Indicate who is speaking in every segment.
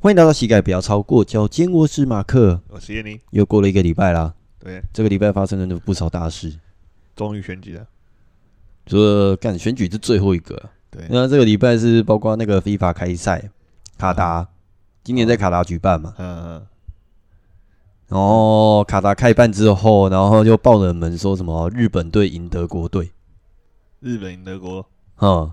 Speaker 1: 欢迎来到膝盖不要超过脚尖，我是马克。
Speaker 2: 我是叶宁，
Speaker 1: 又过了一个礼拜啦，
Speaker 2: 对，
Speaker 1: 这个礼拜发生了不少大事。
Speaker 2: 终于选举了，
Speaker 1: 这干选举是最后一个，
Speaker 2: 对
Speaker 1: 那这个礼拜是包括那个非法开赛，卡达，今年在卡达举办嘛，
Speaker 2: 嗯，
Speaker 1: 然后卡达开办之后，然后就爆冷门说什么日本队赢德国队，
Speaker 2: 日本赢德国，
Speaker 1: 嗯，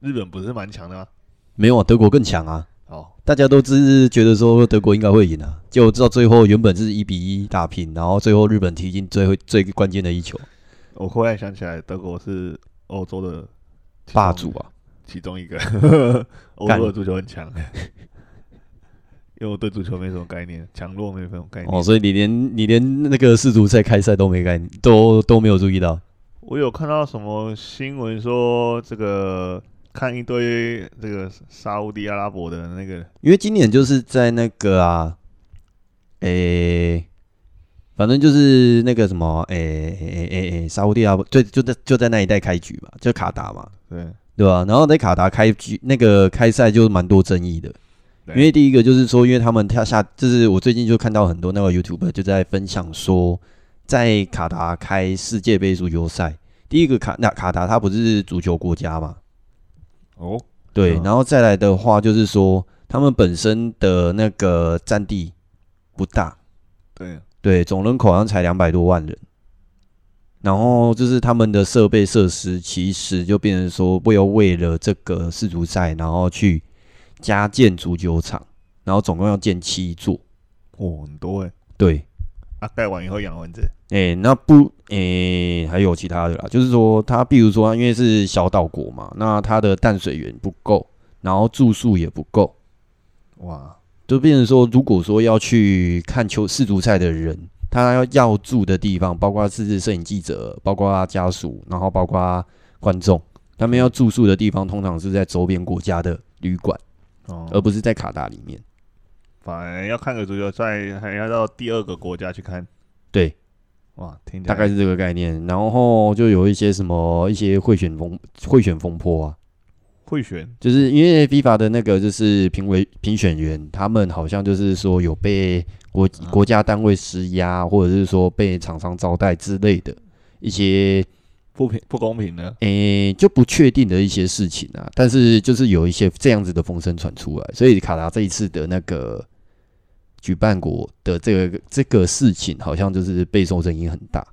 Speaker 2: 日本不是蛮强的吗？
Speaker 1: 没有啊，德国更强啊，
Speaker 2: 哦，
Speaker 1: 大家都只是觉得说德国应该会赢啊，结果到最后原本是一比一打平，然后最后日本踢进最后最关键的一球，
Speaker 2: 我忽然想起来，德国是欧洲的其中
Speaker 1: 霸主啊，
Speaker 2: 其中 一个，欧洲的足球很强，因为我对足球没什么概念，强弱没什么概念。
Speaker 1: 哦，所以你连你连那个世足赛开赛都没概念，都都没有注意到。
Speaker 2: 我有看到什么新闻说这个。看一堆这个沙乌地阿拉伯的那个，
Speaker 1: 因为今年就是在那个啊，诶、反正就是那个什么，诶诶诶诶，沙烏地阿拉伯，对，就在就在那一带开局嘛，就卡达嘛，
Speaker 2: 对，
Speaker 1: 对吧、然后在卡达开局那个开赛就蛮多争议的，因
Speaker 2: 对
Speaker 1: 为第一个就是说，因为他们跳下，就是我最近就看到很多那个 YouTube 就在分享说，在卡达开世界杯足球赛，第一个卡那卡达它不是足球国家嘛，
Speaker 2: 哦，
Speaker 1: 对，
Speaker 2: 嗯
Speaker 1: 然后再来的话就是说，他们本身的那个占地不大，
Speaker 2: 对，
Speaker 1: 对，总人口好像才两百多万人。然后就是他们的设备设施，其实就变成说，为了为了这个世足赛，然后去加建足球场，然后总共要建七座。
Speaker 2: 哦，很多哎，
Speaker 1: 对，
Speaker 2: 啊，盖完以后养蚊子，
Speaker 1: 诶、那不诶、还有其他的啦，就是说它，比如说，因为是小岛国嘛，那它的淡水源不够，然后住宿也不够，
Speaker 2: 哇，
Speaker 1: 就变成说，如果说要去看球世足赛的人，他要要住的地方，包括是摄影记者，包括家属，然后包括观众，他们要住宿的地方，通常是在周边国家的旅馆，
Speaker 2: 哦，
Speaker 1: 而不是在卡达里面。
Speaker 2: 反正要看个足球赛，还要到第二个国家去看。
Speaker 1: 对，
Speaker 2: 哇，听起
Speaker 1: 大
Speaker 2: 来
Speaker 1: 概是这个概念。然后就有一些什么一些贿选风贿选风波啊，
Speaker 2: 会选
Speaker 1: 就是因为 FIFA 的那个就是评委评选员，他们好像就是说有被国国家单位施压，或者是说被厂商招待之类的一些
Speaker 2: 不平不公平的，
Speaker 1: 诶、就不确定的一些事情啊。但是就是有一些这样子的风声传出来，所以卡达这一次的那个举办国的这个这个事情，好像就是备受争议很大。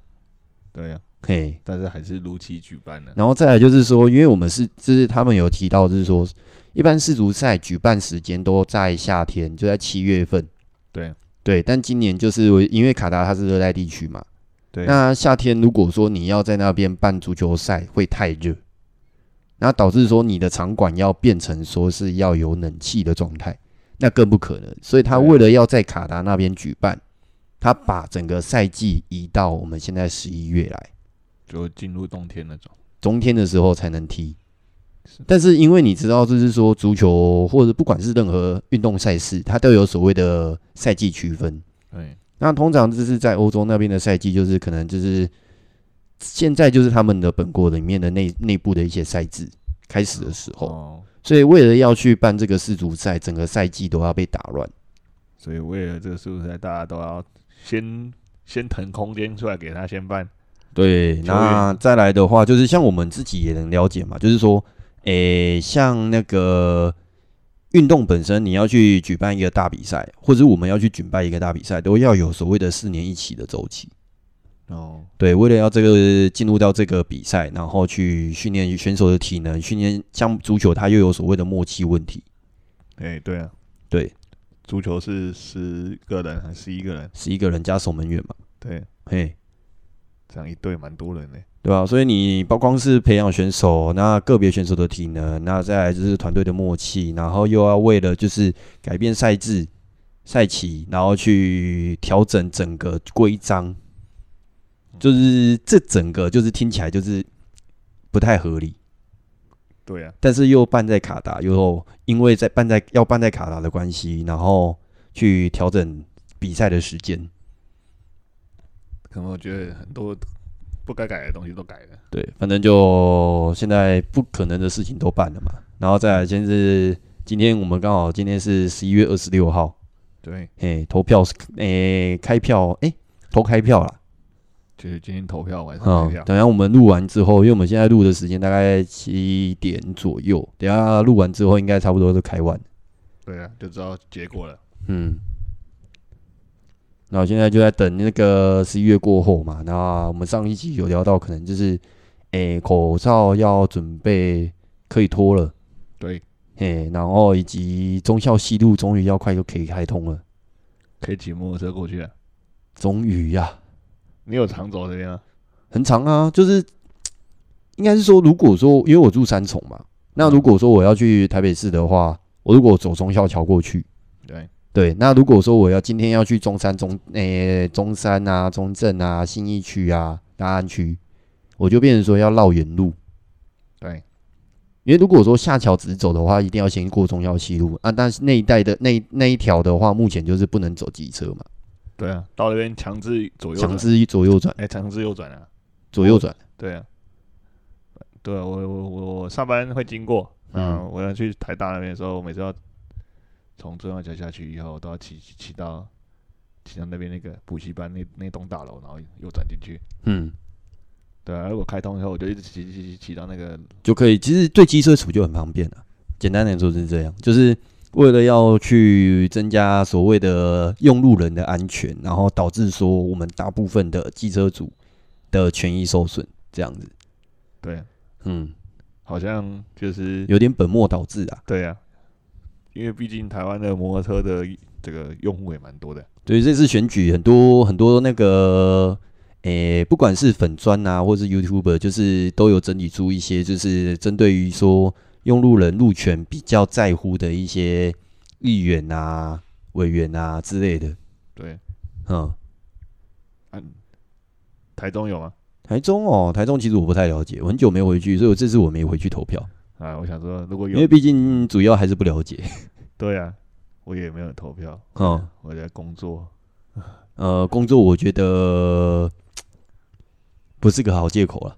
Speaker 2: 对呀、
Speaker 1: 嘿，
Speaker 2: 但是还是如期举办了。
Speaker 1: 然后再来就是说，因为我们是，就是他们有提到，就是说，一般世足赛举办时间都在夏天，就在七月份。
Speaker 2: 对
Speaker 1: 对，但今年就是我因为卡达它是热带地区嘛，
Speaker 2: 对，
Speaker 1: 那夏天如果说你要在那边办足球赛，会太热，那导致说你的场馆要变成说是要有冷气的状态，那更不可能。所以他
Speaker 2: 对
Speaker 1: 为了要在卡达那边举办，他把整个赛季移到我们现在十一月来。
Speaker 2: 就进入冬天那种。
Speaker 1: 冬天的时候才能踢。但是因为你知道，就是说足球或者不管是任何运动赛事，它都有所谓的赛季区分。
Speaker 2: 对，
Speaker 1: 那通常就是在欧洲那边的赛季，就是可能就是现在就是他们的本国里面的内内部的一些赛制开始的时候，
Speaker 2: 哦，
Speaker 1: 所以为了要去办这个世足赛，整个赛季都要被打乱。
Speaker 2: 所以为了这个世足赛，大家都要先先腾空间出来给他先办。
Speaker 1: 对，那再来的话，就是像我们自己也能了解嘛，就是说，诶、像那个运动本身，你要去举办一个大比赛，或者我们要去举办一个大比赛，都要有所谓的四年一期的周期。
Speaker 2: 哦，
Speaker 1: 对，为了要这个进入到这个比赛，然后去训练选手的体能，训练像足球，它又有所谓的默契问题。
Speaker 2: 哎、对啊，
Speaker 1: 对，
Speaker 2: 足球是十个人还是十一个人？
Speaker 1: 十一个人加守门员嘛，
Speaker 2: 对，
Speaker 1: 嘿，
Speaker 2: 这样一队蛮多人呢、
Speaker 1: 对吧、所以你不光是培养选手，那个别选手的体能，那再来就是团队的默契，然后又要为了就是改变赛制、赛期，然后去调整整个规章，就是这整个就是听起来就是不太合理，
Speaker 2: 对啊，
Speaker 1: 但是又办在卡达，又因为在办在要办在卡达的关系，然后去调整比赛的时间。
Speaker 2: 可能我觉得很多不该改的东西都改了。
Speaker 1: 对，反正就现在不可能的事情都办了嘛，然后再来先是今天我们刚好今天是十一月二十六号，
Speaker 2: 对，
Speaker 1: 哎、投票是哎、开票哎、投开票啦。
Speaker 2: 就是今天投票晚上投
Speaker 1: 嗯
Speaker 2: 票，，
Speaker 1: 等一下我们录完之后，因为我们现在录的时间大概七点左右，等一下录完之后应该差不多都开完。
Speaker 2: 对啊，就知道结果了。
Speaker 1: 嗯，那我现在就在等那个十一月过后嘛。那我们上一集有聊到，可能就是，诶、口罩要准备可以脱了，
Speaker 2: 对，
Speaker 1: 诶、然后以及忠孝西路终于要快就可以开通了，
Speaker 2: 可以骑摩托车过去啊。
Speaker 1: 终于呀、
Speaker 2: 你有常走这边啊？
Speaker 1: 很长啊，就是应该是说，如果说因为我住三重嘛，那如果说我要去台北市的话，我如果走忠孝桥过去，
Speaker 2: 对，
Speaker 1: 对，那如果说我要今天要去中山中诶、中山啊、中正啊、信义区啊、大安区，我就变成说要绕远路。
Speaker 2: 对，
Speaker 1: 因为如果说下桥直走的话，一定要先过中央西路啊。但是那一带的那一那一条的话，目前就是不能走机车嘛，
Speaker 2: 对啊，到那边强制左右转
Speaker 1: 强，制左右转，
Speaker 2: 哎，强制右转啊。
Speaker 1: 左右转。
Speaker 2: 对啊，对啊，我我我我上班会经过，
Speaker 1: 嗯
Speaker 2: 嗯，我要去台大那边的时候，我每次要从中央桥下去以后，都要骑骑骑到骑到那边那个补习班那那栋大楼，然后右转进去。
Speaker 1: 嗯，
Speaker 2: 对啊，如果开通以后，我就一直骑骑骑骑骑到那个
Speaker 1: 就可以。其实对机车族就很方便了、简单来说是这样，就是为了要去增加所谓的用路人的安全，然后导致说我们大部分的机车族的权益受损，这样子。
Speaker 2: 对啊，
Speaker 1: 嗯，
Speaker 2: 好像就是
Speaker 1: 有点本末倒置啊。
Speaker 2: 对啊，因为毕竟台湾的摩托车的这个用户也蛮多的。
Speaker 1: 对，这次选举很多很多那个。诶、不管是粉砖啊，或是 YouTuber，就是都有整理出一些，就是针对于说用路人路权比较在乎的一些议员啊、委员啊之类的。
Speaker 2: 对，啊
Speaker 1: 嗯，
Speaker 2: 台中有吗？
Speaker 1: 台中哦，台中其实我不太了解，我很久没回去，所以我这次我没回去投票，
Speaker 2: 啊，我想说，如果
Speaker 1: 因为
Speaker 2: 有，
Speaker 1: 毕竟主要还是不了解。
Speaker 2: 对啊，我也没有投票，啊
Speaker 1: 嗯，
Speaker 2: 我在工作。
Speaker 1: 呃，工作我觉得不是个好借口了。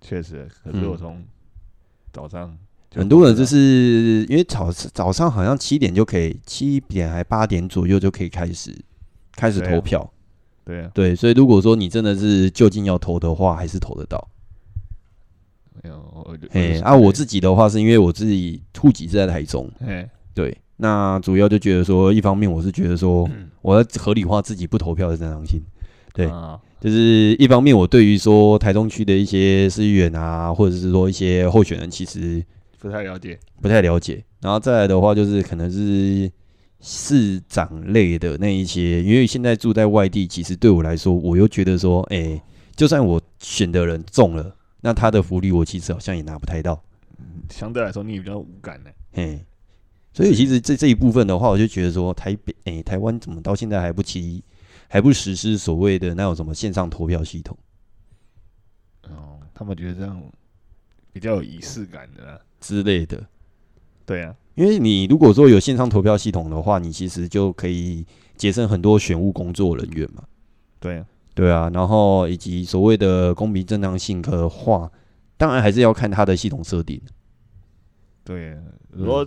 Speaker 2: 确实，可是我
Speaker 1: 嗯
Speaker 2: 从早上就
Speaker 1: 很多人
Speaker 2: 知道
Speaker 1: 就是因为早早上好像七点就可以，七点还八点左右就可以开始开始
Speaker 2: 对啊
Speaker 1: 投票。
Speaker 2: 对啊，
Speaker 1: 对，所以如果说你真的是就近要投的话，还是投得到。
Speaker 2: 没有我就
Speaker 1: 嘿，啊，我自己的话是因为我自己户籍是在台中，
Speaker 2: 哎
Speaker 1: 对，那主要就觉得说，一方面我是觉得说，我要合理化自己不投票的正当性，对
Speaker 2: 啊，
Speaker 1: 就是一方面我对于说台中区的一些市议员啊，或者是说一些候选人，其实
Speaker 2: 不太了解，
Speaker 1: 不太了解。然后再来的话，就是可能是市长类的那一些，因为现在住在外地，其实对我来说，我又觉得说，哎、就算我选的人中了，那他的福利我其实好像也拿不太到。
Speaker 2: 相对来说你比较无感呢。啊
Speaker 1: 嘿，所以其实这这一部分的话，我就觉得说台北，诶、台湾怎么到现在还不齐，还不实施所谓的那种什么线上投票系统
Speaker 2: 哦，他们觉得这样比较有仪式感的啦。
Speaker 1: 之类的？
Speaker 2: 对啊，
Speaker 1: 因为你如果说有线上投票系统的话，你其实就可以节省很多选务工作人员嘛。
Speaker 2: 对啊，
Speaker 1: 对啊，然后以及所谓的公平正当性的话，当然还是要看它的系统设定。
Speaker 2: 对
Speaker 1: 嗯
Speaker 2: 啊。如果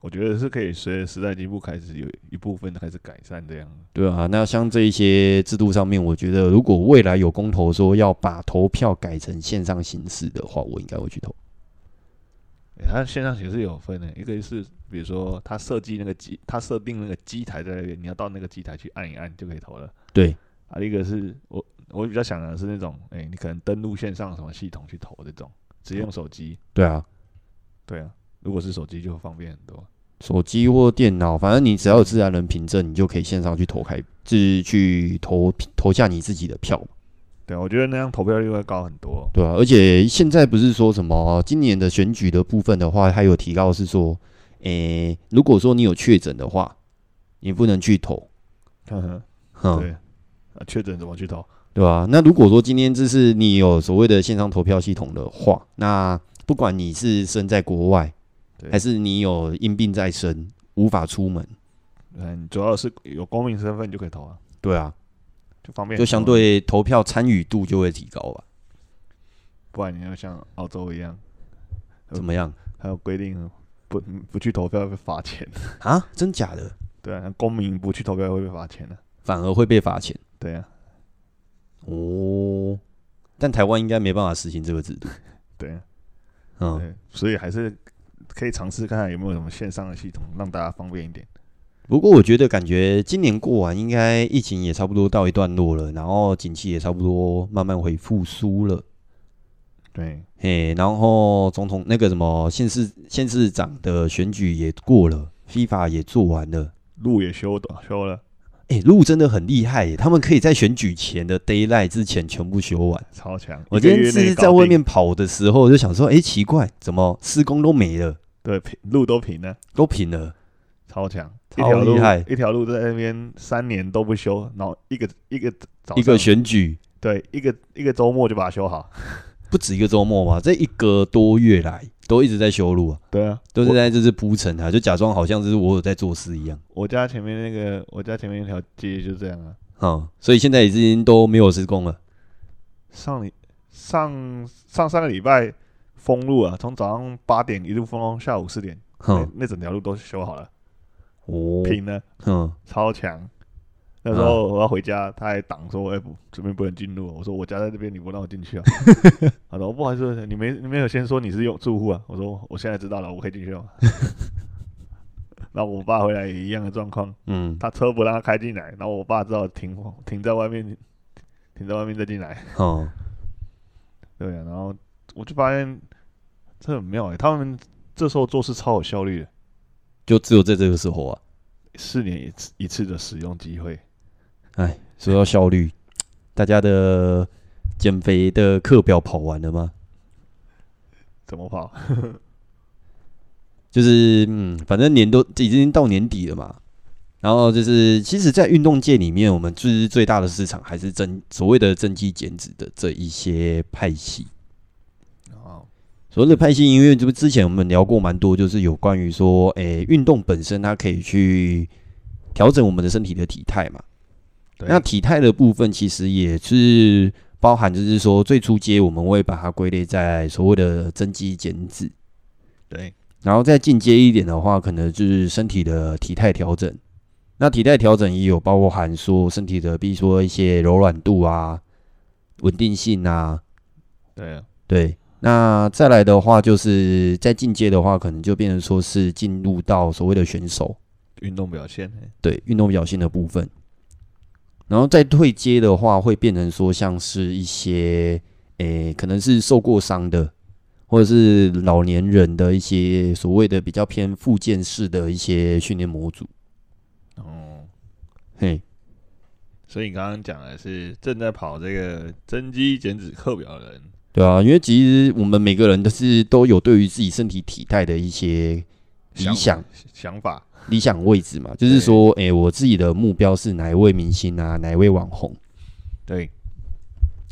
Speaker 2: 我觉得是可以随着时代进步开始有一部分开始改善这样。
Speaker 1: 对啊，那像这一些制度上面，我觉得如果未来有公投说要把投票改成线上形式的话，我应该会去投。
Speaker 2: 欸它线上其实有分的，一个是比如说它设计那个机，它设定那个机台在那边，你要到那个机台去按一按就可以投了。
Speaker 1: 对，
Speaker 2: 啊，一个是我我比较想的是那种，哎、你可能登录线上什么系统去投这种，直接用手机。
Speaker 1: 对啊，
Speaker 2: 对啊，如果是手机就方便很多。
Speaker 1: 手机或电脑，反正你只要有自然人凭证，你就可以线上去投开，自去投投下你自己的票嘛，
Speaker 2: 对啊，我觉得那样投票率会高很多。
Speaker 1: 对啊，而且现在不是说什么今年的选举的部分的话，它有提到是说，诶、如果说你有确诊的话，你不能去投，
Speaker 2: 呵呵
Speaker 1: 嗯哼，
Speaker 2: 对，啊，确诊怎么去投？
Speaker 1: 对吧、那如果说今天这是你有所谓的线上投票系统的话，那不管你是身在国外，
Speaker 2: 对
Speaker 1: 还是你有因病在身无法出门，
Speaker 2: 嗯，主要是有公民身份就可以投啊，
Speaker 1: 对啊，
Speaker 2: 就方便很多。
Speaker 1: 就相对投票参与度就会提高吧。
Speaker 2: 不然你要像澳洲一样，
Speaker 1: 怎么样？
Speaker 2: 还有规定不不去投票会被罚钱，
Speaker 1: 啊，真假的，
Speaker 2: 对啊，公民不去投票会被罚钱的、啊
Speaker 1: 反而会被罚钱
Speaker 2: 对啊，
Speaker 1: 哦。但台湾应该没办法实行这个制度，
Speaker 2: 对啊，
Speaker 1: 嗯，
Speaker 2: 对，所以还是可以尝试看看有没有什么线上的系统让大家方便一点。
Speaker 1: 不过我觉得感觉今年过完，应该疫情也差不多到一段落了，然后景气也差不多慢慢回复苏了。
Speaker 2: 对，
Speaker 1: 嘿，然后总统那个什么县市县市长的选举也过了，FIFA 也做完了。
Speaker 2: 路也修短修了，
Speaker 1: 哎，路真的很厉害耶，他们可以在选举前的 d a y l i g h t 之前全部修完。
Speaker 2: 超强。
Speaker 1: 我
Speaker 2: 一个
Speaker 1: 今
Speaker 2: 月
Speaker 1: 天
Speaker 2: 内
Speaker 1: 是
Speaker 2: 搞
Speaker 1: 在外
Speaker 2: 定，
Speaker 1: 面跑的时候，我就想说，哎，奇怪，怎么施工都没了，
Speaker 2: 对平路都平了，
Speaker 1: 都平了？
Speaker 2: 超强，
Speaker 1: 超
Speaker 2: 一条路
Speaker 1: 厉害
Speaker 2: 一条路在那边三年都不修，然后一个一个早
Speaker 1: 一个
Speaker 2: 上
Speaker 1: 选举
Speaker 2: 对一个一个周末就把它修好。
Speaker 1: 不止一个周末嘛，这一个多月来都一直在修路啊。
Speaker 2: 对啊，
Speaker 1: 都是
Speaker 2: 我
Speaker 1: 在就是铺陈啊它，就假装好像是我有在做事一样。
Speaker 2: 我家前面那个我家前面那条街就这样啊。
Speaker 1: 嗯，所以现在已经都没有施工了。
Speaker 2: 上礼上上上个礼拜封路啊，从早上八点一路封到下午四点，
Speaker 1: 哼、
Speaker 2: 那那整条路都修好了，
Speaker 1: 哦，
Speaker 2: 平了，
Speaker 1: 哼，
Speaker 2: 超强。那时候我要回家，他还挡说：“哎、不，这边不能进入哦。”我说：“我家在这边，你不让我进去啊？”他说：“不好意思，你没你没有先说你是用住户啊？”我说：“我现在知道了，我可以进去了。”那我爸回来也一样的状况，
Speaker 1: 嗯，
Speaker 2: 他车不让他开进来，然后我爸只好停停在外面，停在外面再进来。
Speaker 1: 哼，
Speaker 2: 对啊，然后我就发现这很妙哎、他们这时候做事超有效率的，
Speaker 1: 就只有在这个时候啊，
Speaker 2: 四年一次一次的使用机会，
Speaker 1: 哎，说到效率，大家的减肥的课表跑完了吗？
Speaker 2: 怎么跑？
Speaker 1: 就是嗯，反正年都已经到年底了嘛。然后就是，其实，在运动界里面，我们最最大的市场还是增所谓的增肌减脂的这一些派系。
Speaker 2: 哦，
Speaker 1: 所谓的派系音乐，就是之前我们聊过蛮多，就是有关于说，诶、运动本身它可以去调整我们的身体的体态嘛。
Speaker 2: 对
Speaker 1: 那体态的部分其实也是包含，就是说最初阶我们会把它归类在所谓的增肌减脂，
Speaker 2: 对
Speaker 1: 然后再进阶一点的话，可能就是身体的体态调整。那体态调整也有包含说身体的，比如说一些柔软度啊、稳定性啊，
Speaker 2: 对啊，
Speaker 1: 对，那再来的话，就是在进阶的话，可能就变成说是进入到所谓的选手
Speaker 2: 运动表现、欸
Speaker 1: 对运动表现的部分，然后再退阶的话，会变成说像是一些诶、可能是受过伤的，或者是老年人的一些所谓的比较偏复健式的一些训练模组，
Speaker 2: 哦，
Speaker 1: 嘿，
Speaker 2: 所以你刚刚讲的是正在跑这个增肌减脂课表的人，
Speaker 1: 对啊，因为其实我们每个人都是都有对于自己身体体态的一些理想。
Speaker 2: 想法，
Speaker 1: 理想位置嘛，就是说，诶、我自己的目标是哪一位明星啊，哪一位网红。
Speaker 2: 对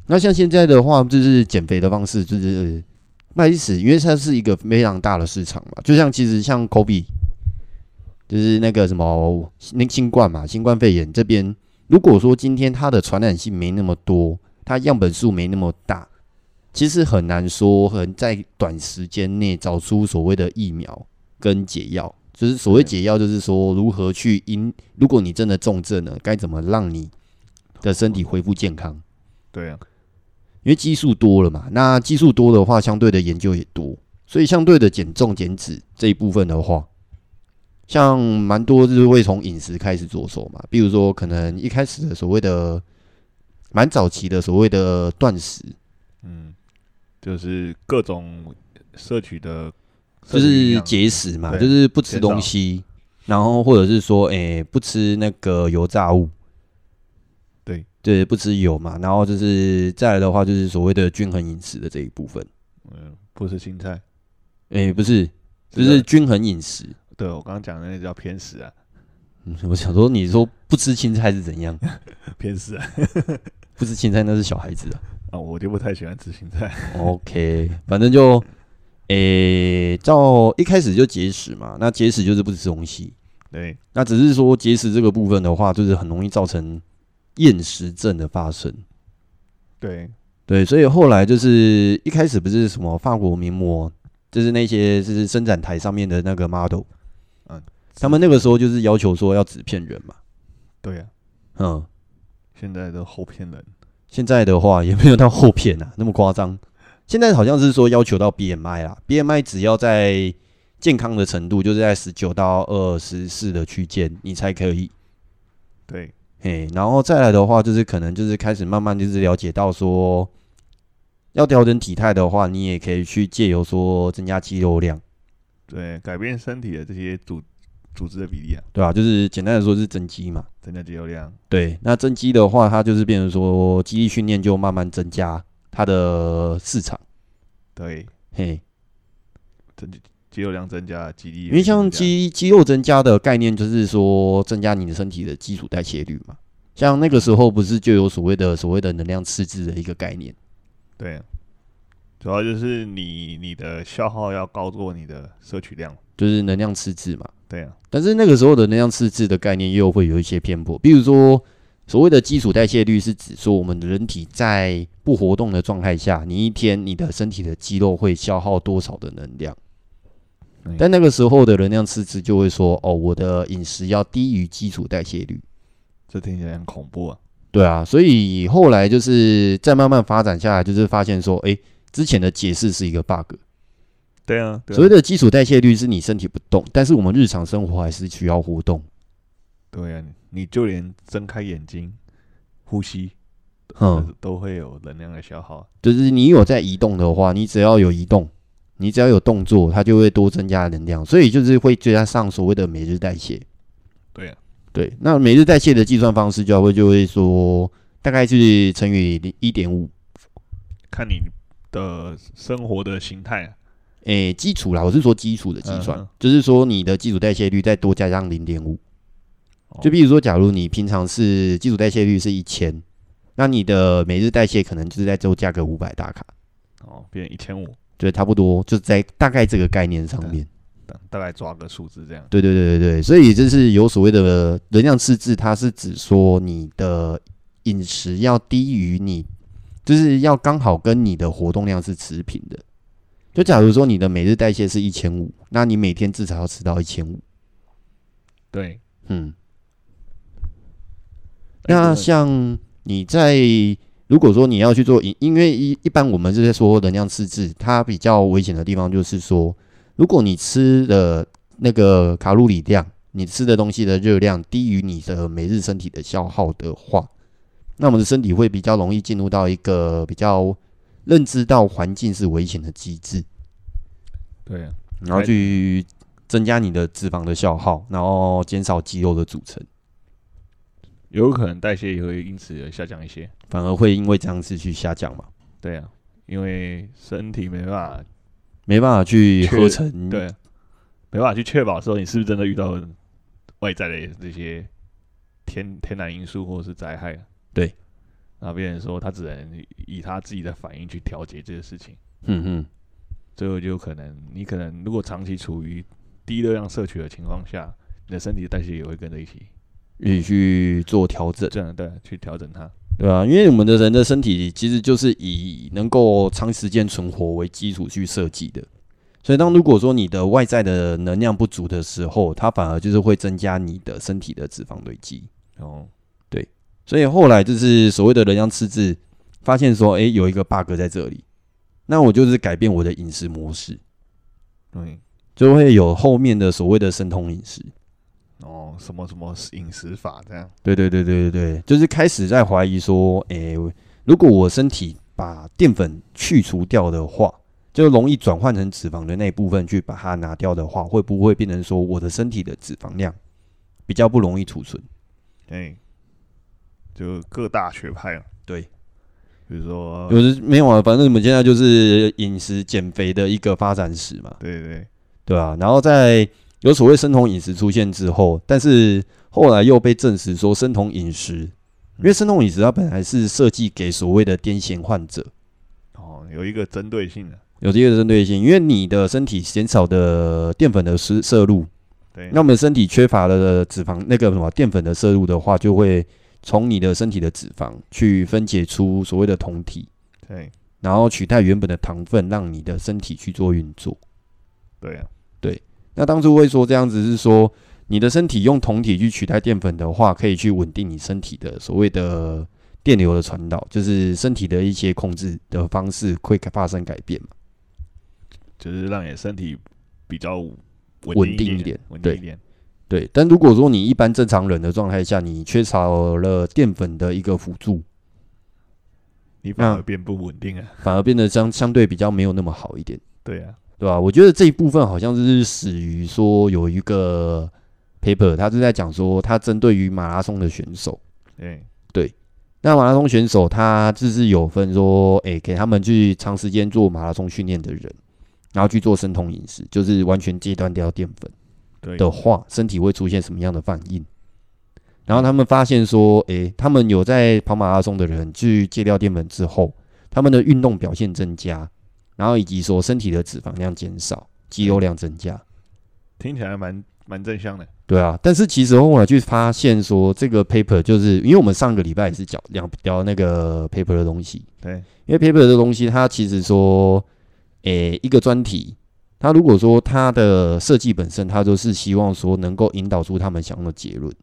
Speaker 1: 那像现在的话，就是减肥的方式，就是麦始，因为它是一个非常大的市场嘛。就像其实像 Kobe，就是那个什么那新冠嘛，新冠肺炎这边，如果说今天它的传染性没那么多，它样本数没那么大，其实很难说很在短时间内找出所谓的疫苗跟解药。就是所谓解药，就是说如何去因，如果你真的重症了，该怎么让你的身体恢复健康。
Speaker 2: 对啊，
Speaker 1: 因为基数多了嘛，那基数多的话，相对的研究也多，所以相对的减重减脂这一部分的话，像蛮多就是会从饮食开始着手嘛，比如说可能一开始的所谓的蛮早期的所谓的断食，
Speaker 2: 嗯，就是各种摄取的，
Speaker 1: 就
Speaker 2: 摄取营
Speaker 1: 是
Speaker 2: 养
Speaker 1: 节食嘛，
Speaker 2: 对
Speaker 1: 就是不吃
Speaker 2: 减少
Speaker 1: 东西，然后或者是说，诶、不吃那个油炸物，
Speaker 2: 对
Speaker 1: 对，不吃油嘛，然后就是再来的话，就是所谓的均衡饮食的这一部分，
Speaker 2: 嗯，不吃青菜，
Speaker 1: 诶、不是，就
Speaker 2: 这
Speaker 1: 是
Speaker 2: 个
Speaker 1: 均衡饮食。
Speaker 2: 对我刚刚讲的那个叫偏食 啊，
Speaker 1: 嗯，我想说，你说不吃青菜是怎样？
Speaker 2: 偏食啊，
Speaker 1: 不吃青菜那是小孩子啊。
Speaker 2: 啊，我就不太喜欢吃青菜，
Speaker 1: OK，反正就，诶、照一开始就节食嘛。那节食就是不吃东西。
Speaker 2: 对，
Speaker 1: 那只是说节食这个部分的话，就是很容易造成厌食症的发生。
Speaker 2: 对，
Speaker 1: 对，所以后来就是一开始不是什么法国名模就是那些是伸展台上面的那个 model，
Speaker 2: 嗯，
Speaker 1: 他们那个时候就是要求说要纸片人嘛，
Speaker 2: 对呀、
Speaker 1: 嗯，
Speaker 2: 现在都后骗人，
Speaker 1: 现在的话也没有到后片啊那么夸张，现在好像是说要求到 BMI 啦，BMI 只要在健康的程度，就是在十九到二十四的区间，你才可以
Speaker 2: 对，
Speaker 1: 嘿，然后再来的话，就是可能就是开始慢慢就是了解到说，要调整体态的话，你也可以去借由说增加肌肉量，
Speaker 2: 对，改变身体的这些组组织的比例啊，
Speaker 1: 对吧、就是简单的说是增肌嘛。
Speaker 2: 增加肌肉量，
Speaker 1: 对，那增肌的话，它就是变成说肌力训练就慢慢增加它的市场，
Speaker 2: 对，
Speaker 1: 嘿，
Speaker 2: 增肌肉量增加，肌力也
Speaker 1: 因为像
Speaker 2: 增加，
Speaker 1: 肌肌肉增加的概念，就是说增加你的身体的基础代谢率嘛。像那个时候不是就有所谓的所谓的能量赤字的一个概念，
Speaker 2: 对啊，主要就是你你的消耗要高过你的摄取量，
Speaker 1: 就是能量赤字嘛。
Speaker 2: 对啊，
Speaker 1: 但是那个时候的能量赤字的概念又会有一些偏颇，比如说所谓的基础代谢率是指说我们人体在不活动的状态下，你一天你的身体的肌肉会消耗多少的能量
Speaker 2: 嗯。
Speaker 1: 但那个时候的能量赤字就会说，哦，我的饮食要低于基础代谢率。
Speaker 2: 这听起来很恐怖啊，
Speaker 1: 对啊，所以后来就是再慢慢发展下来，就是发现说，诶，之前的解释是一个 bug。
Speaker 2: 对啊，对啊
Speaker 1: 所谓的基础代谢率是你身体不动，但是我们日常生活还是需要活动。
Speaker 2: 对啊，你就连睁开眼睛呼吸，
Speaker 1: 嗯，
Speaker 2: 都会有能量的消耗，啊
Speaker 1: 就是你有在移动的话，你只要有移动，你只要有动作，它就会多增加能量，所以就是会加上所谓的每日代谢。
Speaker 2: 对啊，
Speaker 1: 对，那每日代谢的计算方式就会就会说，大概是乘以一点五，
Speaker 2: 看你的生活的形态啊，
Speaker 1: 诶，基础啦，我是说基础的计算，
Speaker 2: 嗯嗯
Speaker 1: 就是说你的基础代谢率再多加上零点五
Speaker 2: 哦。
Speaker 1: 就比如说，假如你平常是基础代谢率是一千，那你的每日代谢可能就是再多加个五百大卡，
Speaker 2: 哦，变一千五，
Speaker 1: 对，差不多就在大概这个概念上面。
Speaker 2: 大大概抓个数字这样，
Speaker 1: 对对对对对，所以就是有所谓的能量赤字，它是指说你的饮食要低于你，就是要刚好跟你的活动量是持平的。就假如说你的每日代谢是一千五，那你每天至少要吃到一千五。
Speaker 2: 对，
Speaker 1: 嗯，
Speaker 2: 哎
Speaker 1: 那
Speaker 2: 对
Speaker 1: 像你在如果说你要去做饮，因为一一般我们是在说能量赤字，它比较危险的地方就是说，如果你吃的那个卡路里量，你吃的东西的热量低于你的每日身体的消耗的话，那我们的身体会比较容易进入到一个比较认知到环境是危险的机制，
Speaker 2: 对啊，
Speaker 1: 然后
Speaker 2: 哎
Speaker 1: 去增加你的脂肪的消耗，然后减少肌肉的组成。
Speaker 2: 有可能代谢也会因此而下降一些。
Speaker 1: 反而会因为这样子去下降嘛，
Speaker 2: 对啊，因为身体没办法，
Speaker 1: 没办法去
Speaker 2: 确
Speaker 1: 合成。
Speaker 2: 对啊、没办法去确保说你是不是真的遇到外在的这些天天然因素或者是灾害、啊。
Speaker 1: 对，
Speaker 2: 然后变成说他只能以他自己的反应去调节这个事情，
Speaker 1: 嗯嗯，
Speaker 2: 最后就可能你可能如果长期处于低热量摄取的情况下，你的身体代谢也会跟着一起
Speaker 1: 也嗯去做调整，
Speaker 2: 这样对啊去调整它。
Speaker 1: 对吧、因为我们的人的身体其实就是以能够长时间存活为基础去设计的，所以当如果说你的外在的能量不足的时候，它反而就是会增加你的身体的脂肪堆积。
Speaker 2: 然后
Speaker 1: 所以后来就是所谓的能量赤字，发现说，诶、有一个 bug 在这里，那我就是改变我的饮食模式，
Speaker 2: 嗯，
Speaker 1: 就会有后面的所谓的生酮饮食。
Speaker 2: 然后什么什么饮食法这样，
Speaker 1: 对对对对对对，就是开始在怀疑说，诶、如果我身体把淀粉去除掉的话，就容易转换成脂肪的那一部分去把它拿掉的话，会不会变成说我的身体的脂肪量比较不容易储存？
Speaker 2: 哎，就各大学派啊，
Speaker 1: 对，
Speaker 2: 比如说，
Speaker 1: 有的没有啊，反正我们现在就是饮食减肥的一个发展史嘛，
Speaker 2: 对对
Speaker 1: 对吧、然后在有所谓生酮饮食出现之后，但是后来又被证实说生酮饮食，因为生酮饮食它本来是设计给所谓的癫痫患者。
Speaker 2: 哦，有一个针对性的，
Speaker 1: 有这个针对性，因为你的身体减少的淀粉的摄摄入，
Speaker 2: 对，
Speaker 1: 那我们身体缺乏了脂肪那个什么淀粉的摄入的话，就会从你的身体的脂肪去分解出所谓的酮体，
Speaker 2: 对
Speaker 1: 然后取代原本的糖分，让你的身体去做运作。
Speaker 2: 对啊，
Speaker 1: 那当初会说这样子是说，你的身体用酮体去取代淀粉的话，可以去稳定你身体的所谓的电流的传导，就是身体的一些控制的方式会发生改变嘛。
Speaker 2: 就是让你的身体比较
Speaker 1: 稳
Speaker 2: 稳
Speaker 1: 定
Speaker 2: 定
Speaker 1: 一
Speaker 2: 一
Speaker 1: 点
Speaker 2: 稳定
Speaker 1: 对
Speaker 2: 一点。
Speaker 1: 对，但如果说你一般正常人的状态下，你缺少了淀粉的一个辅助，
Speaker 2: 你反而
Speaker 1: 那
Speaker 2: 变不稳定啊。
Speaker 1: 反而变得相相对比较没有那么好一点，
Speaker 2: 对啊，
Speaker 1: 对吧、我觉得这一部分好像是始于说有一个 paper，他是在讲说他针对于马拉松的选手，
Speaker 2: 对，
Speaker 1: 那马拉松选手他就是有分说，诶、给他们去长时间做马拉松训练的人，然后去做生酮饮食，就是完全戒断掉淀粉
Speaker 2: 对，
Speaker 1: 的话，身体会出现什么样的反应？然后他们发现说，诶、他们有在跑马拉松的人去戒掉淀粉之后，他们的运动表现增加，然后以及说身体的脂肪量减少，肌肉量增加。
Speaker 2: 听起来蛮蛮正向的。
Speaker 1: 对啊，但是其实后来去发现说，这个 paper 就是因为我们上个礼拜也是讲聊聊那个 paper 的东西，
Speaker 2: 对，
Speaker 1: 因为 paper 的东西，它其实说，诶、一个专题，它如果说它的设计本身，它就是希望说能够引导出他们想要的结论。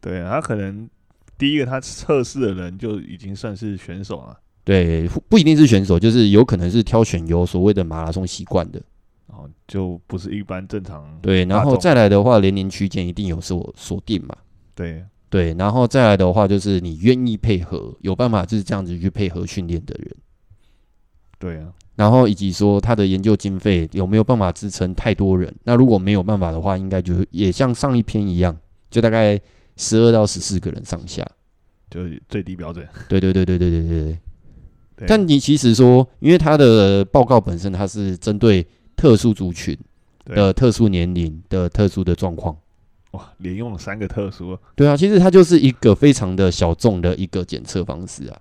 Speaker 2: 对啊，他可能第一个他测试的人就已经算是选手了，
Speaker 1: 对，不不一定是选手，就是有可能是挑选有所谓的马拉松习惯的。
Speaker 2: 然后就不是一般正常。
Speaker 1: 对，然
Speaker 2: 大
Speaker 1: 后
Speaker 2: 众
Speaker 1: 再来的话，年龄区间一定有所锁定嘛。
Speaker 2: 对
Speaker 1: 对，然后再来的话，就是你愿意配合，有办法就是这样子去配合训练的人，
Speaker 2: 对啊，
Speaker 1: 然后以及说他的研究经费有没有办法支撑太多人？那如果没有办法的话，应该就是也像上一篇一样，就大概十二到十四个人上下。
Speaker 2: 就是最低标准。
Speaker 1: 对对对对对对对对。
Speaker 2: 对
Speaker 1: 但你其实说，因为他的报告本身它是针对特殊族群
Speaker 2: 对
Speaker 1: 的特殊年龄的特殊的状况。
Speaker 2: 哇，连用了三个特殊，哦
Speaker 1: 对啊，其实它就是一个非常的小众的一个检测方式啊。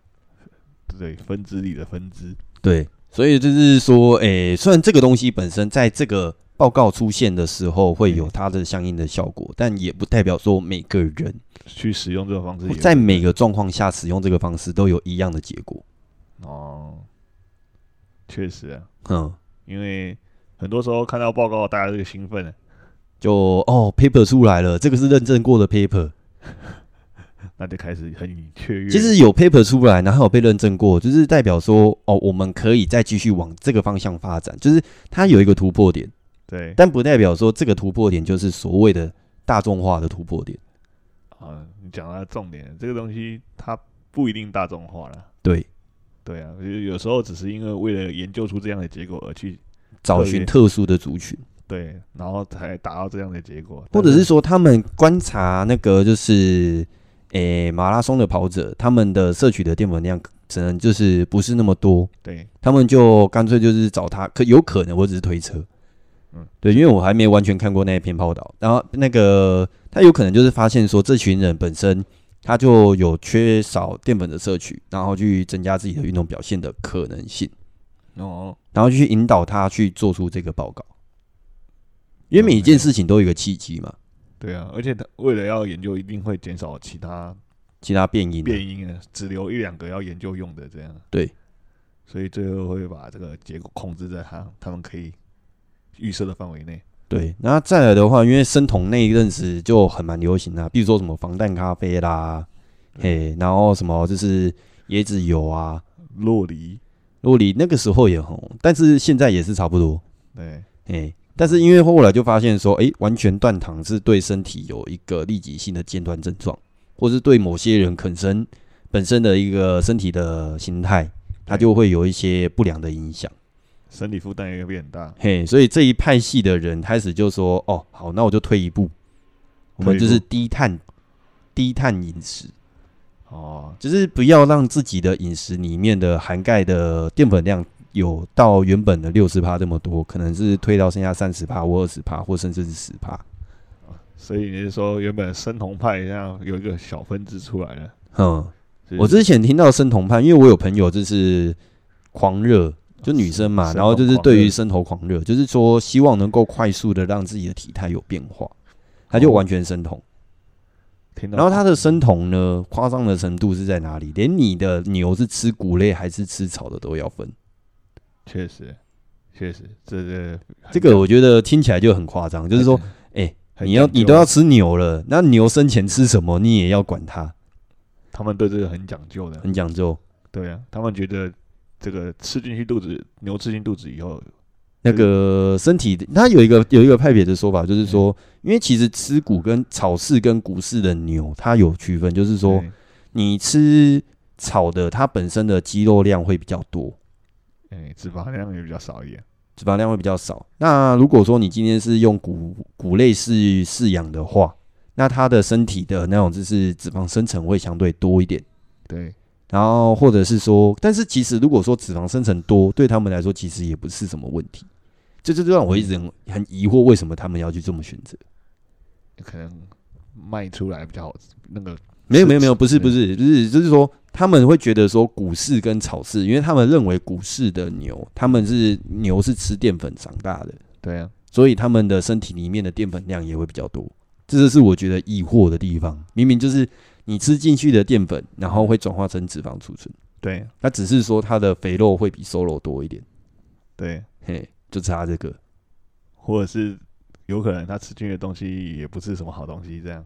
Speaker 2: 对，分支里的分支。
Speaker 1: 对，所以就是说，诶、虽然这个东西本身在这个报告出现的时候会
Speaker 2: 嗯
Speaker 1: 有它的相应的效果，但也不代表说每个人
Speaker 2: 去使用这个方式也有，
Speaker 1: 哦在每个状况下使用这个方式都有一样的结果。
Speaker 2: 哦，确实啊，
Speaker 1: 嗯，
Speaker 2: 因为很多时候看到报告，大家这个兴奋啊，
Speaker 1: 就哦，paper 出来了，这个是认证过的 paper。
Speaker 2: 那就开始很雀跃。
Speaker 1: 其实有 paper 出来，然后有被认证过，就是代表说哦，我们可以再继续往这个方向发展，就是它有一个突破点，
Speaker 2: 对
Speaker 1: 但不代表说这个突破点就是所谓的大众化的突破点。
Speaker 2: 啊，你讲到重点，这个东西它不一定大众化了。
Speaker 1: 对，
Speaker 2: 对啊，有有时候只是因为为了研究出这样的结果而去
Speaker 1: 找寻特殊的族群。
Speaker 2: 对，然后才达到这样的结果，
Speaker 1: 或者是说他们观察那个就是诶、马拉松的跑者，他们的摄取的淀粉量可能就是不是那么多，
Speaker 2: 但是对
Speaker 1: 他们就干脆就是找他，可有可能我只是推测，
Speaker 2: 嗯
Speaker 1: 嗯，对，因为我还没完全看过那一篇报道，然后那个他有可能就是发现说这群人本身。他就有缺少淀粉的摄取，然后去增加自己的运动表现的可能性。
Speaker 2: 哦，
Speaker 1: 然后去引导他去做出这个报告。因为每一件事情都有一个契机嘛，
Speaker 2: 对啊，而且他为了要研究，一定会减少其他
Speaker 1: 其他变因啊。
Speaker 2: 变因啊，只留一两个要研究用的这样。
Speaker 1: 对，
Speaker 2: 所以最后会把这个结果控制在他他们可以预设的范围内。
Speaker 1: 对，那再来的话，因为生酮那一阵子就很蛮流行啊，比如说什么防弹咖啡啦，嘿，然后什么就是椰子油啊，
Speaker 2: 洛梨，
Speaker 1: 洛梨那个时候也很红，但是现在也是差不多，
Speaker 2: 对
Speaker 1: 嘿。但是因为后来就发现说，诶、完全断糖是对身体有一个立即性的间断症状，或是对某些人本身本身的一个身体的形态，它
Speaker 2: 对
Speaker 1: 就会有一些不良的影响。
Speaker 2: 身体负担也会变很大。
Speaker 1: 嘿，所以这一派系的人开始就说：“哦，好，那我就退一步，我们就是低碳、低碳饮食，
Speaker 2: 哦，
Speaker 1: 就是不要让自己的饮食里面的涵盖的淀粉量有到原本的六十帕这么多，可能是退到剩下三十帕或二十帕，或甚至是十帕。
Speaker 2: 所以你是说原本生酮派这样有一个小分支出来了？
Speaker 1: 嗯，
Speaker 2: 就是
Speaker 1: 我之前听到生酮派，因为我有朋友就是狂热。”就女生嘛，
Speaker 2: 哦生
Speaker 1: 然后就是
Speaker 2: 酮狂
Speaker 1: 对于
Speaker 2: 热
Speaker 1: 生酮狂热，就是说希望能够快速的让自己的体态有变化，他就
Speaker 2: 哦
Speaker 1: 完全生酮。
Speaker 2: 听到，
Speaker 1: 然后它的生酮呢，夸张的程度是在哪里？连你的牛是吃谷类还是吃草的都要分。
Speaker 2: 确实确实，这这
Speaker 1: 这个我觉得听起来就很夸张，就是说，哎，
Speaker 2: 很
Speaker 1: 你要
Speaker 2: 讲究
Speaker 1: 你都要吃牛了，那牛生前吃什么，你也要管它，
Speaker 2: 他们对这个很讲究的，
Speaker 1: 很讲究。
Speaker 2: 对啊，他们觉得这个吃进去肚子，牛吃进肚子以后，
Speaker 1: 那
Speaker 2: 对
Speaker 1: 个身体，它有一个有一个派别的说法，就是说，因为其实吃骨跟草饲跟谷饲的牛，它有区分，就是说，
Speaker 2: 哎，
Speaker 1: 你吃草的，它本身的肌肉量会比较多，
Speaker 2: 哎，脂肪含量也比较少一点，
Speaker 1: 脂肪量会比较少。那如果说你今天是用谷谷类饲饲养的话，那它的身体的那种就是脂肪生成会相对多一点。
Speaker 2: 对，
Speaker 1: 然后或者是说，但是其实如果说脂肪生成多，对他们来说其实也不是什么问题。这这就让我一直很很疑惑，为什么他们要去这么选择？
Speaker 2: 可能卖出来比较好，那个
Speaker 1: 没有
Speaker 2: 是
Speaker 1: 没有没有，不是
Speaker 2: 对
Speaker 1: 不是，就是就是说，他们会觉得说股市跟草市，因为他们认为股市的牛，他们是牛是吃淀粉长大的，
Speaker 2: 对啊，
Speaker 1: 所以他们的身体里面的淀粉量也会比较多。这就是我觉得疑惑的地方。明明就是你吃进去的淀粉，然后会转化成脂肪储存，
Speaker 2: 对啊
Speaker 1: 那只是说它的肥肉会比瘦肉多一点，
Speaker 2: 对，
Speaker 1: 嘿，就差这个。
Speaker 2: 或者是有可能他吃进去的东西也不是什么好东西，这样，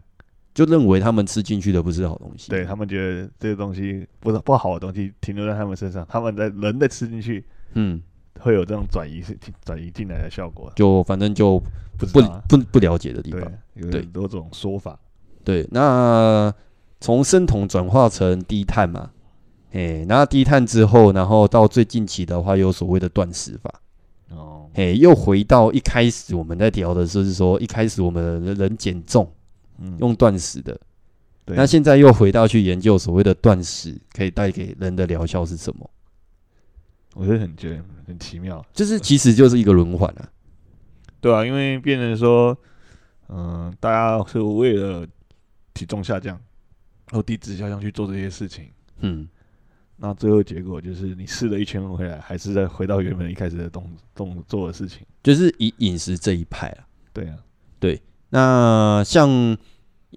Speaker 1: 就认为他们吃进去的不是好东西，
Speaker 2: 对他们觉得这个东西不是不好的东西停留在他们身上，他们在人在吃进去
Speaker 1: 嗯，
Speaker 2: 会有这种转移转移进来的效果，
Speaker 1: 就反正就
Speaker 2: 不知
Speaker 1: 不
Speaker 2: 道啊，
Speaker 1: 不不了解的地
Speaker 2: 对
Speaker 1: 方。，
Speaker 2: 有
Speaker 1: 对
Speaker 2: 很多种说法，
Speaker 1: 对，那从生酮转化成低碳嘛，哎，那低碳之后，然后到最近期的话，有所谓的断食法，
Speaker 2: 哦，
Speaker 1: 哎，又回到一开始我们在聊的，就是说一开始我们的人减重
Speaker 2: 嗯，
Speaker 1: 用断食的，
Speaker 2: 对
Speaker 1: 那现在又回到去研究所谓的断食可以带给人的疗效是什么，
Speaker 2: 我觉得很觉得很奇妙，
Speaker 1: 就是其实就是一个轮环啊，
Speaker 2: 对啊，因为变成说，嗯、大家是为了体重下降或低脂下降去做这些事情，
Speaker 1: 嗯，
Speaker 2: 那最后结果就是你试了一圈回来，还是在回到原本一开始的动动做的事情。
Speaker 1: 就是以饮食这一派啊。
Speaker 2: 对啊，
Speaker 1: 那像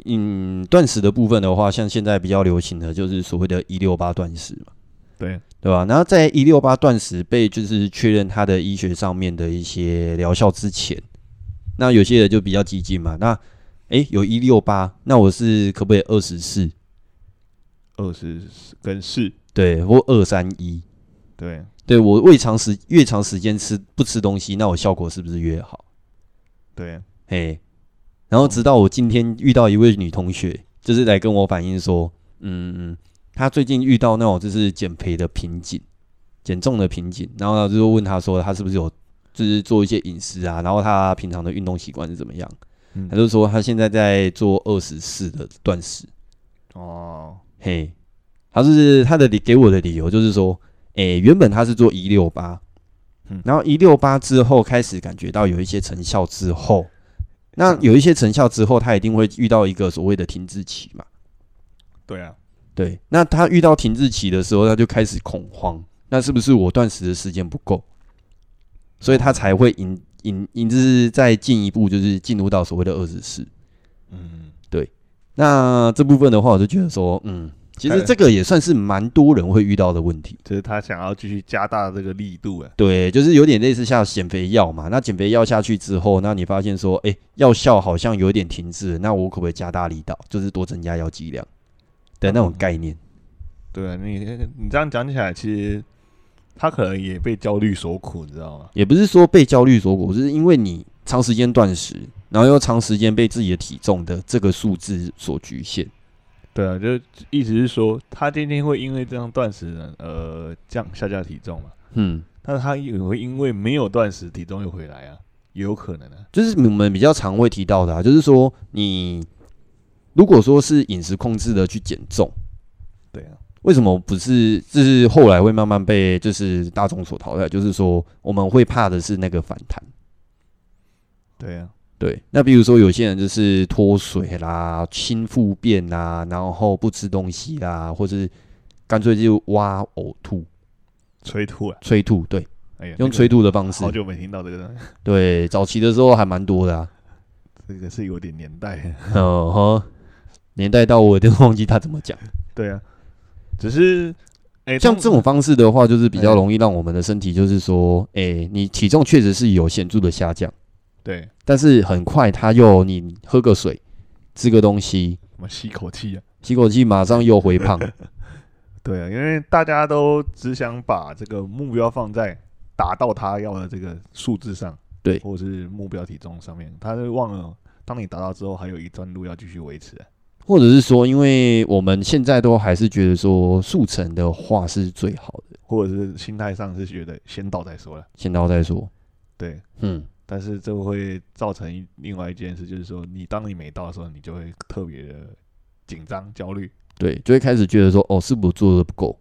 Speaker 1: 嗯断食的部分的话，像现在比较流行的就是所谓的“一六八断食”嘛，
Speaker 2: 对，啊
Speaker 1: 对吧？然后在“一六八断食”被就是确认它的医学上面的一些疗效之前，那有些人就比较激进嘛。那诶，有一六八，那我是可不可以二十四？
Speaker 2: 二十跟四，
Speaker 1: 对，或二三一？
Speaker 2: 对啊
Speaker 1: 对我胃长时越长时间吃不吃东西，那我效果是不是越好？
Speaker 2: 对啊，
Speaker 1: 嘿，然后直到我今天遇到一位女同学，就是来跟我反映说，嗯，她最近遇到那种就是减肥的瓶颈，减重的瓶颈，然后呢就问她说，她是不是有就是做一些饮食啊，然后她平常的运动习惯是怎么样？
Speaker 2: 嗯
Speaker 1: 她就说她现在在做二十四的断食，
Speaker 2: 哦，
Speaker 1: 嘿，她是她的理给我的理由就是说，诶，原本她是做一六八
Speaker 2: 嗯。
Speaker 1: 然后一六八之后开始感觉到有一些成效之后，那有一些成效之后，他一定会遇到一个所谓的停滞期嘛？
Speaker 2: 对啊，
Speaker 1: 对，那他遇到停滞期的时候，他就开始恐慌，那是不是我断食的时间不够？所以他才会引引引致再进一步，就是进入到所谓的二十四。
Speaker 2: 嗯，
Speaker 1: 那这部分的话，我就觉得说，嗯，其实这个也算是蛮多人会遇到的问题。
Speaker 2: 就是他想要继续加大这个力度啊，
Speaker 1: 对，就是有点类似像减肥药嘛。那减肥药下去之后，那你发现说，哎、药效好像有点停滞了，那我可不可以加大力道，就是多增加药剂量的那种概念？
Speaker 2: 对啊，你你这样讲起来，其实他可能也被焦虑所苦，你知道吗？
Speaker 1: 也不是说被焦虑所苦，就是因为你长时间断食，然后又长时间被自己的体重的这个数字所局限。
Speaker 2: 对啊，就意思是说，他今天会因为这样断食呢，呃，降下降体重嘛，
Speaker 1: 嗯，
Speaker 2: 但是他也会因为没有断食，体重又回来啊，也有可能啊。
Speaker 1: 就是我们比较常会提到的、啊，就是说你如果说是饮食控制的去减重，
Speaker 2: 对啊，
Speaker 1: 为什么不是？就是后来会慢慢被就是大众所淘汰，就是说我们会怕的是那个反弹。
Speaker 2: 对啊，
Speaker 1: 对，那比如说有些人就是脱水啦、轻腹便啦，然后不吃东西啦，或是干脆就挖呕吐、
Speaker 2: 催吐啊，
Speaker 1: 催吐，对，
Speaker 2: 哎呀，
Speaker 1: 用
Speaker 2: 那个
Speaker 1: 催吐的方式。
Speaker 2: 好久没听到这个东西，
Speaker 1: 对，早期的时候还蛮多 的啊。
Speaker 2: 这个是有点年代。
Speaker 1: 嗯哼，年代到我都忘记他怎么讲。
Speaker 2: 对啊，只是哎，
Speaker 1: 像
Speaker 2: 通
Speaker 1: 这种方式的话，就是比较
Speaker 2: 哎
Speaker 1: 容易让我们的身体，就是说，哎，你体重确实是有显著的下降，
Speaker 2: 对，
Speaker 1: 但是很快它又你喝个水，吃个东西，
Speaker 2: 我们吸口气啊。
Speaker 1: 吸口气，马上又回 胖。
Speaker 2: 对啊，因为大家都只想把这个目标放在达到他要的这个数字上，
Speaker 1: 对
Speaker 2: 或者是目标体重上面，他就忘了，当你达到之后，还有一段路要继续维持啊。
Speaker 1: 或者是说，因为我们现在都还是觉得说速成的话是最好的，
Speaker 2: 或者是心态上是觉得先到再说了，
Speaker 1: 先到再说。
Speaker 2: 对。
Speaker 1: 嗯，
Speaker 2: 但是这会造成一另外一件事，就是说，你当你没到的时候，你就会特别的紧张、焦虑。
Speaker 1: 对，就会开始觉得说，哦，是不是做的不够？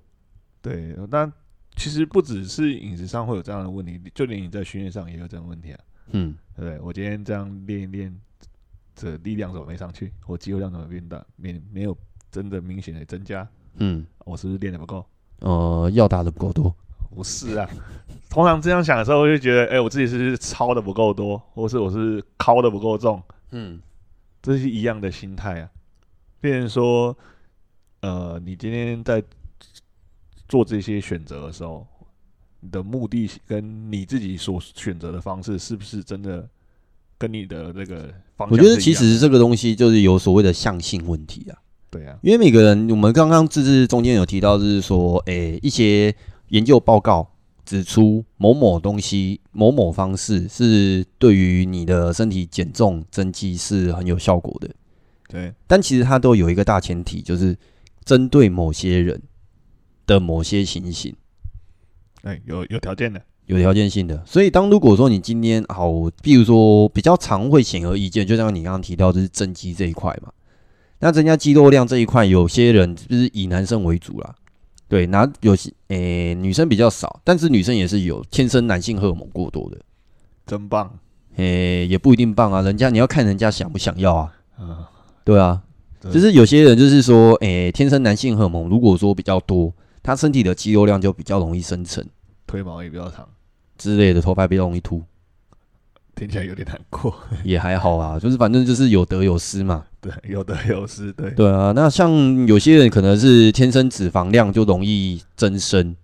Speaker 2: 对，那其实不只是饮食上会有这样的问题，就连你在训练上也有这样的问题啊。
Speaker 1: 嗯，
Speaker 2: 对不对？我今天这样练一练，这力量怎么没上去？我肌肉量怎么变大？没没有真的明显的增加？
Speaker 1: 嗯，
Speaker 2: 我是不是练的不够？
Speaker 1: 呃，药打的不够多，
Speaker 2: 不是啊，通常这样想的时候，我就觉得，哎、我自己是不是抄的不够多，或是我是敲的不够重，
Speaker 1: 嗯，
Speaker 2: 这是一样的心态啊。变成说，呃，你今天在做这些选择的时候，你的目的跟你自己所选择的方式，是不是真的跟你的那个方
Speaker 1: 我觉
Speaker 2: 向是一样的？
Speaker 1: 得其实这个东西就是有所谓的向性问题啊，
Speaker 2: 对啊，
Speaker 1: 因为每个人，我们刚刚只是中间有提到，就是说，诶、一些研究报告指出某某东西、某某方式是对于你的身体减重增肌是很有效果的，
Speaker 2: 对，
Speaker 1: 但其实它都有一个大前提，就是针对某些人的某些情形。
Speaker 2: 哎、有有条件的，
Speaker 1: 有条件性的，所以当如果说你今天好，比如说比较常会显而易见，就像你刚刚提到，就是增肌这一块嘛。那增加肌肉量这一块，有些人就是以男生为主啦，对，那有些诶、女生比较少，但是女生也是有天生男性荷尔蒙过多的，
Speaker 2: 真棒，
Speaker 1: 诶、也不一定棒啊，人家你要看人家想不想要啊，
Speaker 2: 嗯，
Speaker 1: 对啊，
Speaker 2: 对
Speaker 1: 就是有些人就是说，诶、天生男性荷尔蒙如果说比较多，他身体的肌肉量就比较容易生成
Speaker 2: 腿毛也比较长，
Speaker 1: 之类的，头发比较容易秃。
Speaker 2: 听起来有点难过，
Speaker 1: 也还好啊，就是反正就是有得有失嘛。
Speaker 2: 对，有得有失，对，
Speaker 1: 对啊，那像有些人可能是天生脂肪量就容易增生，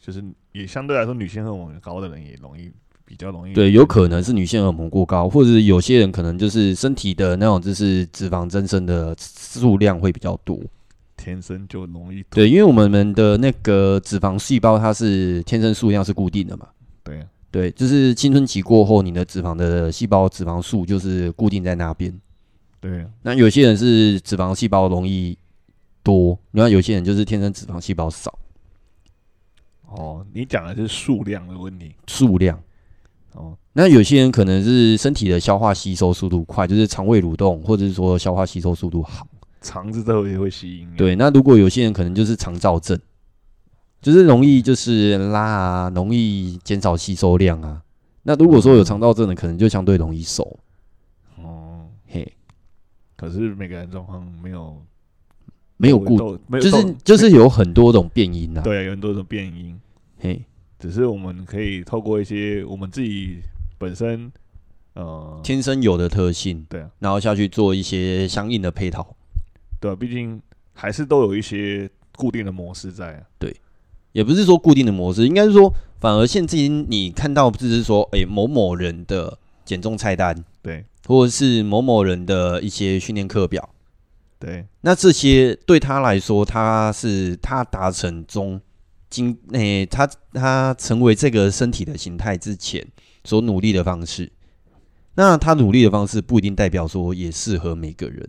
Speaker 2: 就是也相对来说，女性荷尔蒙高的人也容易比较容易，
Speaker 1: 对，有可能是女性荷尔蒙过高，或者是有些人可能就是身体的那种就是脂肪增生的数量会比较多。
Speaker 2: 天生就容易
Speaker 1: 对，因为我们们的那个脂肪细胞它是天生数量是固定的嘛，
Speaker 2: 对啊，
Speaker 1: 对，就是青春期过后你的脂肪的细胞脂肪数就是固定在那边。
Speaker 2: 对啊，
Speaker 1: 那有些人是脂肪细胞容易多，那有些人就是天生脂肪细胞少。
Speaker 2: 哦，你讲的是数量的问题，
Speaker 1: 数量。
Speaker 2: 哦，
Speaker 1: 那有些人可能是身体的消化吸收速度快，就是肠胃蠕动，或者是说消化吸收速度好。
Speaker 2: 嗯肠子都也会吸引，，
Speaker 1: 对，那如果有些人可能就是肠燥症，就是容易就是拉啊，容易减少吸收量啊。那如果说有肠燥症的，可能就相对容易瘦。
Speaker 2: 哦，
Speaker 1: 嘿，
Speaker 2: 可是每个人状况没有
Speaker 1: 没有固，
Speaker 2: 都没有
Speaker 1: 就是
Speaker 2: 都
Speaker 1: 就是有很多种变因啊。
Speaker 2: 对啊，有很多种变因，
Speaker 1: 嘿，
Speaker 2: 只是我们可以透过一些我们自己本身，呃，
Speaker 1: 天生有的特性，
Speaker 2: 对啊。
Speaker 1: 然后下去做一些相应的配套，
Speaker 2: 对啊，毕竟还是都有一些固定的模式在、啊。
Speaker 1: 也不是说固定的模式，应该是说，反而现今你看到就是说，诶、某某人的减重菜单，
Speaker 2: 对
Speaker 1: 或者是某某人的一些训练课表，
Speaker 2: 对
Speaker 1: 那这些对他来说，他是他达成中经诶、他他成为这个身体的形态之前所努力的方式。那他努力的方式不一定代表说也适合每个人，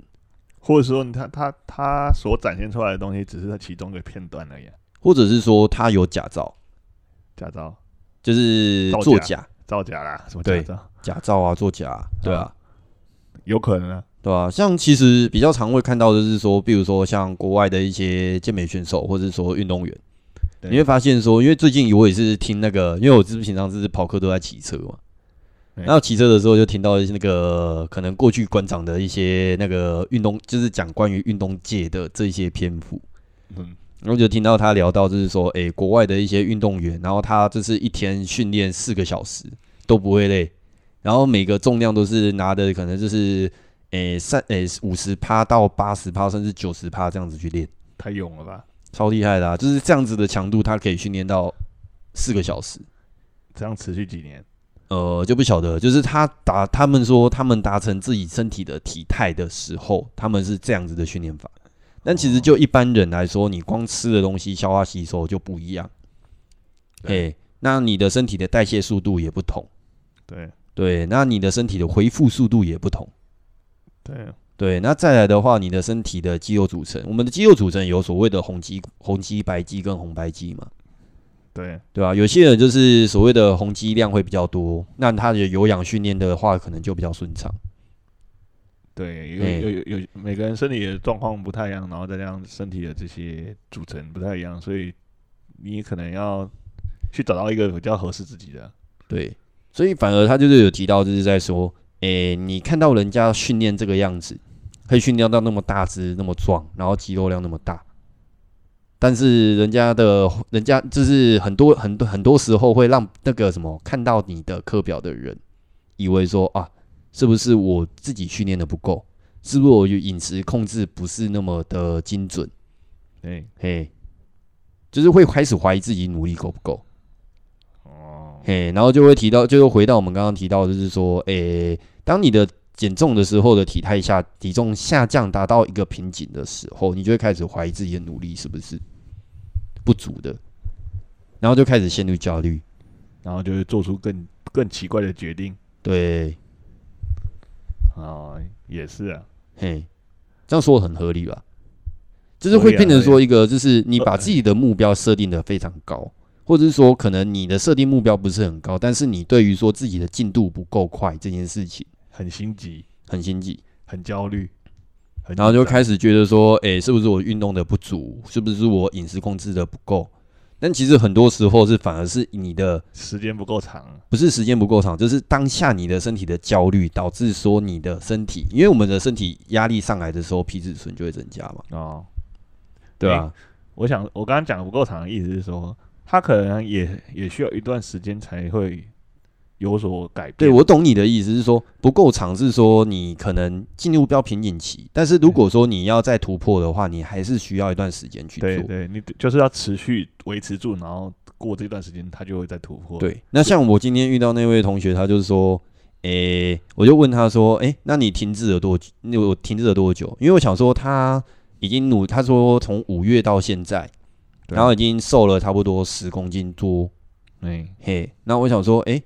Speaker 2: 或者说你他他他所展现出来的东西，只是他其中的片段而已、啊。
Speaker 1: 或者是说他有假造，
Speaker 2: 驾照
Speaker 1: 就是
Speaker 2: 造假
Speaker 1: 作假、
Speaker 2: 造假啦，什么驾
Speaker 1: 对
Speaker 2: 照？
Speaker 1: 假造啊、作假、啊，对啊。
Speaker 2: 有可能啊，
Speaker 1: 对啊，像其实比较常会看到的是说，比如说像国外的一些健美选手，或者说运动员，
Speaker 2: 对
Speaker 1: 你会发现说，因为最近我也是听那个，因为我之前常是跑课都在骑车嘛，
Speaker 2: 对
Speaker 1: 然后骑车的时候就听到一些那个可能过去馆长的一些那个运动，就是讲关于运动界的这些篇幅，
Speaker 2: 嗯，
Speaker 1: 然后就听到他聊到就是说，诶、国外的一些运动员，然后他就是一天训练四个小时都不会累，然后每个重量都是拿的可能就是诶三诶五十趴到八十趴甚至九十趴这样子去练，
Speaker 2: 太勇了吧？
Speaker 1: 超厉害的、啊，就是这样子的强度，他可以训练到四个小时。
Speaker 2: 这样持续几年？
Speaker 1: 呃，就不晓得，就是他达他们说他们达成自己身体的体态的时候，他们是这样子的训练法。但其实就一般人来说，你光吃的东西消化吸收就不一样，哎、
Speaker 2: 对
Speaker 1: 那你的身体的代谢速度也不同，
Speaker 2: 对
Speaker 1: 对，那你的身体的恢复速度也不同，
Speaker 2: 对，
Speaker 1: 对。那再来的话，你的身体的肌肉组成，我们的肌肉组成有所谓的红肌、红肌、白肌跟红白肌嘛，
Speaker 2: 对，
Speaker 1: 对吧、有些人就是所谓的红肌量会比较多，那他的有氧训练的话，可能就比较顺畅。
Speaker 2: 对，有
Speaker 1: 哎
Speaker 2: 有有有，每个人身体的状况不太一样，然后再加上身体的这些组成不太一样，所以你可能要去找到一个比较合适自己的。
Speaker 1: 对，所以反而他就是有提到，就是在说，诶、你看到人家训练这个样子，可以训练到那么大只、那么壮，然后肌肉量那么大，但是人家的人家就是很多很多很多时候会让那个什么看到你的课表的人，以为说啊，是不是我自己训练的不够？是不是我饮食控制不是那么的精准？
Speaker 2: 对，
Speaker 1: 嘿，就是会开始怀疑自己努力够不够。
Speaker 2: 哦，
Speaker 1: 嘿，然后就会提到，就又回到我们刚刚提到，就是说，诶、当你的减重的时候的体态下，体重下降达到一个瓶颈的时候，你就会开始怀疑自己的努力是不是不足的，然后就开始陷入焦虑。
Speaker 2: 然后就会做出更更奇怪的决定
Speaker 1: 对，
Speaker 2: 啊、也是啊，
Speaker 1: 嘿，这样说很合理吧？就是会
Speaker 2: 合理啊
Speaker 1: 变成
Speaker 2: 合
Speaker 1: 说一个，就是你把自己的目标设定的非常高，或者是说可能你的设定目标不是很高，但是你对于说自己的进度不够快这件事情
Speaker 2: 很心急，
Speaker 1: 很心急。
Speaker 2: 很焦虑，很
Speaker 1: 然后就
Speaker 2: 紧张
Speaker 1: 开始觉得说，诶，是不是我运动的不足？是不是我饮食控制的不够？但其实很多时候是反而是你的
Speaker 2: 时间不够长，
Speaker 1: 不是时间不够长，就是当下你的身体的焦虑导致说你的身体，因为我们的身体压力上来的时候，皮质醇就会增加嘛，
Speaker 2: 哦，
Speaker 1: 对吧、
Speaker 2: 我想我刚刚讲的不够长的意思是说，他可能也也需要一段时间才会有所改变。
Speaker 1: 对，我懂你的意思是说不够长，是说你可能进入到瓶颈期，但是如果说你要再突破的话，你还是需要一段时间去做。
Speaker 2: 对对，你就是要持续维持住，然后过这段时间，他就会再突破。，
Speaker 1: 对，那像我今天遇到那位同学，他就是说，诶、我就问他说，诶、那你停滞了多久？你我停滞了多久？因为我想说他已经努，他说从五月到现在，
Speaker 2: 对啊
Speaker 1: 然后已经瘦了差不多十公斤多，
Speaker 2: 哎，
Speaker 1: 嘿，那我想说，诶、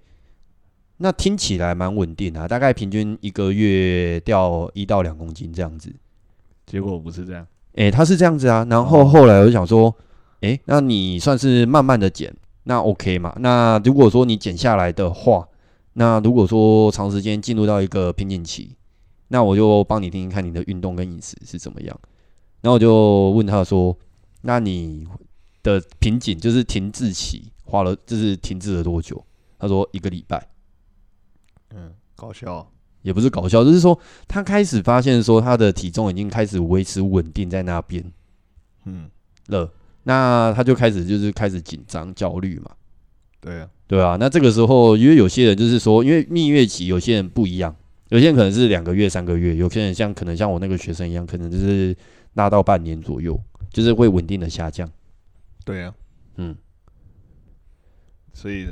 Speaker 1: 那听起来蛮稳定啊，大概平均一个月掉一到两公斤这样子。
Speaker 2: 结果不是这样，
Speaker 1: 诶、他是这样子啊。然后后来我就想说，诶、那你算是慢慢的减，那 OK 嘛？那如果说你减下来的话，那如果说长时间进入到一个瓶颈期，那我就帮你听听看你的运动跟饮食是怎么样。然后我就问他说，那你的瓶颈就是停滞期，花了就是停滞了多久？他说一个礼拜。
Speaker 2: 嗯，搞笑，
Speaker 1: 也不是搞笑，就是说他开始发现说他的体重已经开始维持稳定在那边，
Speaker 2: 嗯，
Speaker 1: 了，那他就开始就是开始紧张焦虑嘛，
Speaker 2: 对啊，
Speaker 1: 对啊，那这个时候，因为有些人就是说，因为蜜月期有些人不一样，有些人可能是两个月、三个月，有些人像可能像我那个学生一样，可能就是拉到半年左右，就是会稳定的下降。
Speaker 2: 对啊，
Speaker 1: 嗯，
Speaker 2: 所以，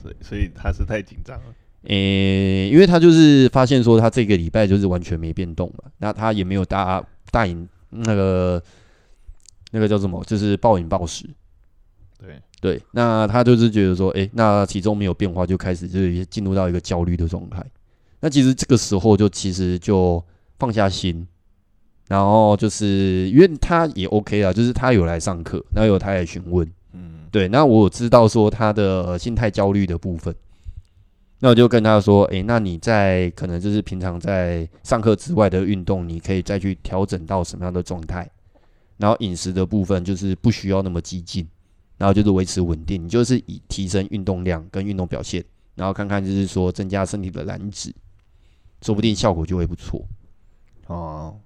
Speaker 2: 所以，所以他是太紧张了，
Speaker 1: 诶、因为他就是发现说他这个礼拜就是完全没变动嘛，那他也没有大大饮那个那个叫什么，就是暴饮暴食，
Speaker 2: 对，
Speaker 1: 对，那他就是觉得说，诶，那体重没有变化，就开始就是进入到一个焦虑的状态。那其实这个时候就其实就放下心，然后就是因为他也 OK 啊，就是他有来上课，然后有他来询问，
Speaker 2: 嗯，
Speaker 1: 对，那我有知道说他的呃心态焦虑的部分，那我就跟他说，诶，那你在可能就是平常在上课之外的运动，你可以再去调整到什么样的状态，然后饮食的部分就是不需要那么激进，然后就是维持稳定，你就是以提升运动量跟运动表现，然后看看就是说增加身体的燃脂，说不定效果就会不错。
Speaker 2: 哦，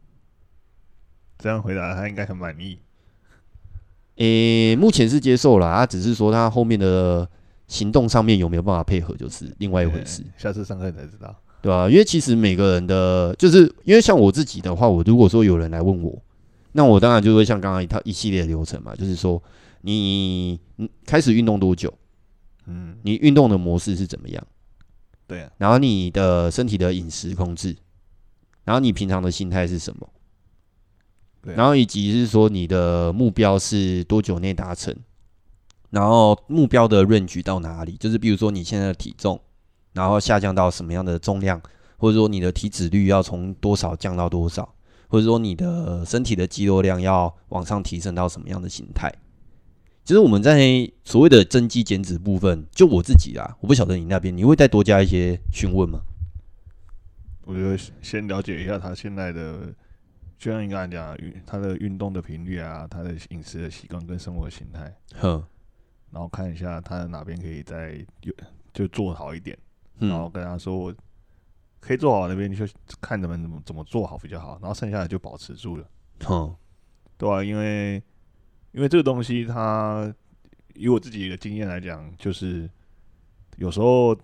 Speaker 2: 这样回答他应该很满意。
Speaker 1: 诶，目前是接受了，啊，只是说他后面的行动上面有没有办法配合，就是另外一回事。
Speaker 2: 哎下次上课才知道。
Speaker 1: 对啊，因为其实每个人的，就是因为像我自己的话，我如果说有人来问我，那我当然就会像刚刚一套一系列的流程嘛，就是说你你开始运动多久，
Speaker 2: 嗯，
Speaker 1: 你运动的模式是怎么样，
Speaker 2: 对啊，
Speaker 1: 然后你的身体的饮食控制，然后你平常的心态是什么，
Speaker 2: 对啊
Speaker 1: 然后以及是说你的目标是多久内达成，然后目标的 range 到哪里，就是比如说你现在的体重，然后下降到什么样的重量，或者说你的体脂率要从多少降到多少，或者说你的身体的肌肉量要往上提升到什么样的形态。其实我们在所谓的增肌减脂部分，就我自己啦，我不晓得你那边，你会再多加一些询问吗？
Speaker 2: 我觉得先了解一下他现在的，就像你刚才讲的，运他的运动的频率啊，他的饮食的习惯跟生活形态，
Speaker 1: 哼，
Speaker 2: 然后看一下他哪边可以再有就做好一点，然
Speaker 1: 嗯
Speaker 2: 后跟他说我可以做好那边，你就看怎么怎么怎么做好比较好，然后剩下的就保持住了，
Speaker 1: 哼，
Speaker 2: 对啊，因为因为这个东西它以我自己的经验来讲，就是有时候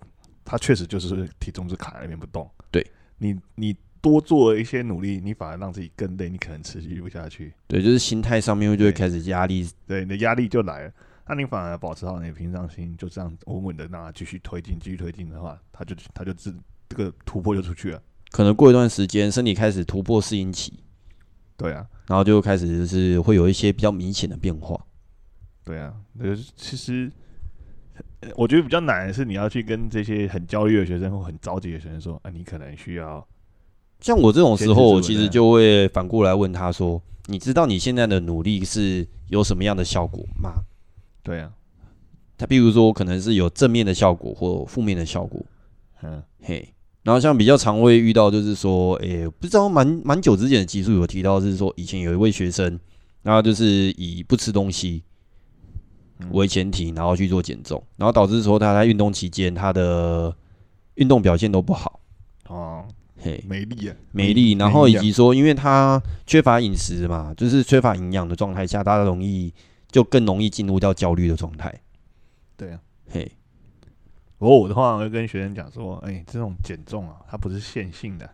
Speaker 2: 它确实就是体重是卡在那边不动，
Speaker 1: 对
Speaker 2: 你你多做了一些努力，你反而让自己更累，你可能持续不下去，
Speaker 1: 对，就是心态上面就会
Speaker 2: 对
Speaker 1: 开始压力
Speaker 2: 对，你的压力就来了。那你反而保持好你的平常心，就这样稳稳的让它继续推进，继续推进的话，它就它就自这个突破就出去了。
Speaker 1: 可能过一段时间，身体开始突破适应期，
Speaker 2: 对啊，
Speaker 1: 然后就开始就是会有一些比较明显的变化。
Speaker 2: 对啊，呃，其实呃我觉得比较难的是你要去跟这些很焦虑的学生或很着急的学生说，啊，你可能需要，
Speaker 1: 像我这种时
Speaker 2: 坚持
Speaker 1: 候，
Speaker 2: 住
Speaker 1: 我其
Speaker 2: 对
Speaker 1: 实就会反过来问他说：“你知道你现在的努力是有什么样的效果吗
Speaker 2: 对啊，？”
Speaker 1: 他比如说，可能是有正面的效果或负面的效果，
Speaker 2: 嗯，
Speaker 1: 嘿。然后像比较常会遇到，就是说，诶、不知道蛮蛮久之前的集数有提到，是说以前有一位学生，然后就是以不吃东西
Speaker 2: 嗯
Speaker 1: 为前提，然后去做减重，然后导致说他在运动期间他的运动表现都不好，
Speaker 2: 哦，
Speaker 1: 嘿，
Speaker 2: 美丽啊，
Speaker 1: 美丽，然后以
Speaker 2: 营养
Speaker 1: 及说，因为他缺乏饮食嘛，就是缺乏营养的状态下，他容易就更容易进入到焦虑的状态。
Speaker 2: 对啊。
Speaker 1: 嘿，
Speaker 2: 不过我的话，我会跟学生讲说，哎、这种减重啊，它不是线性的，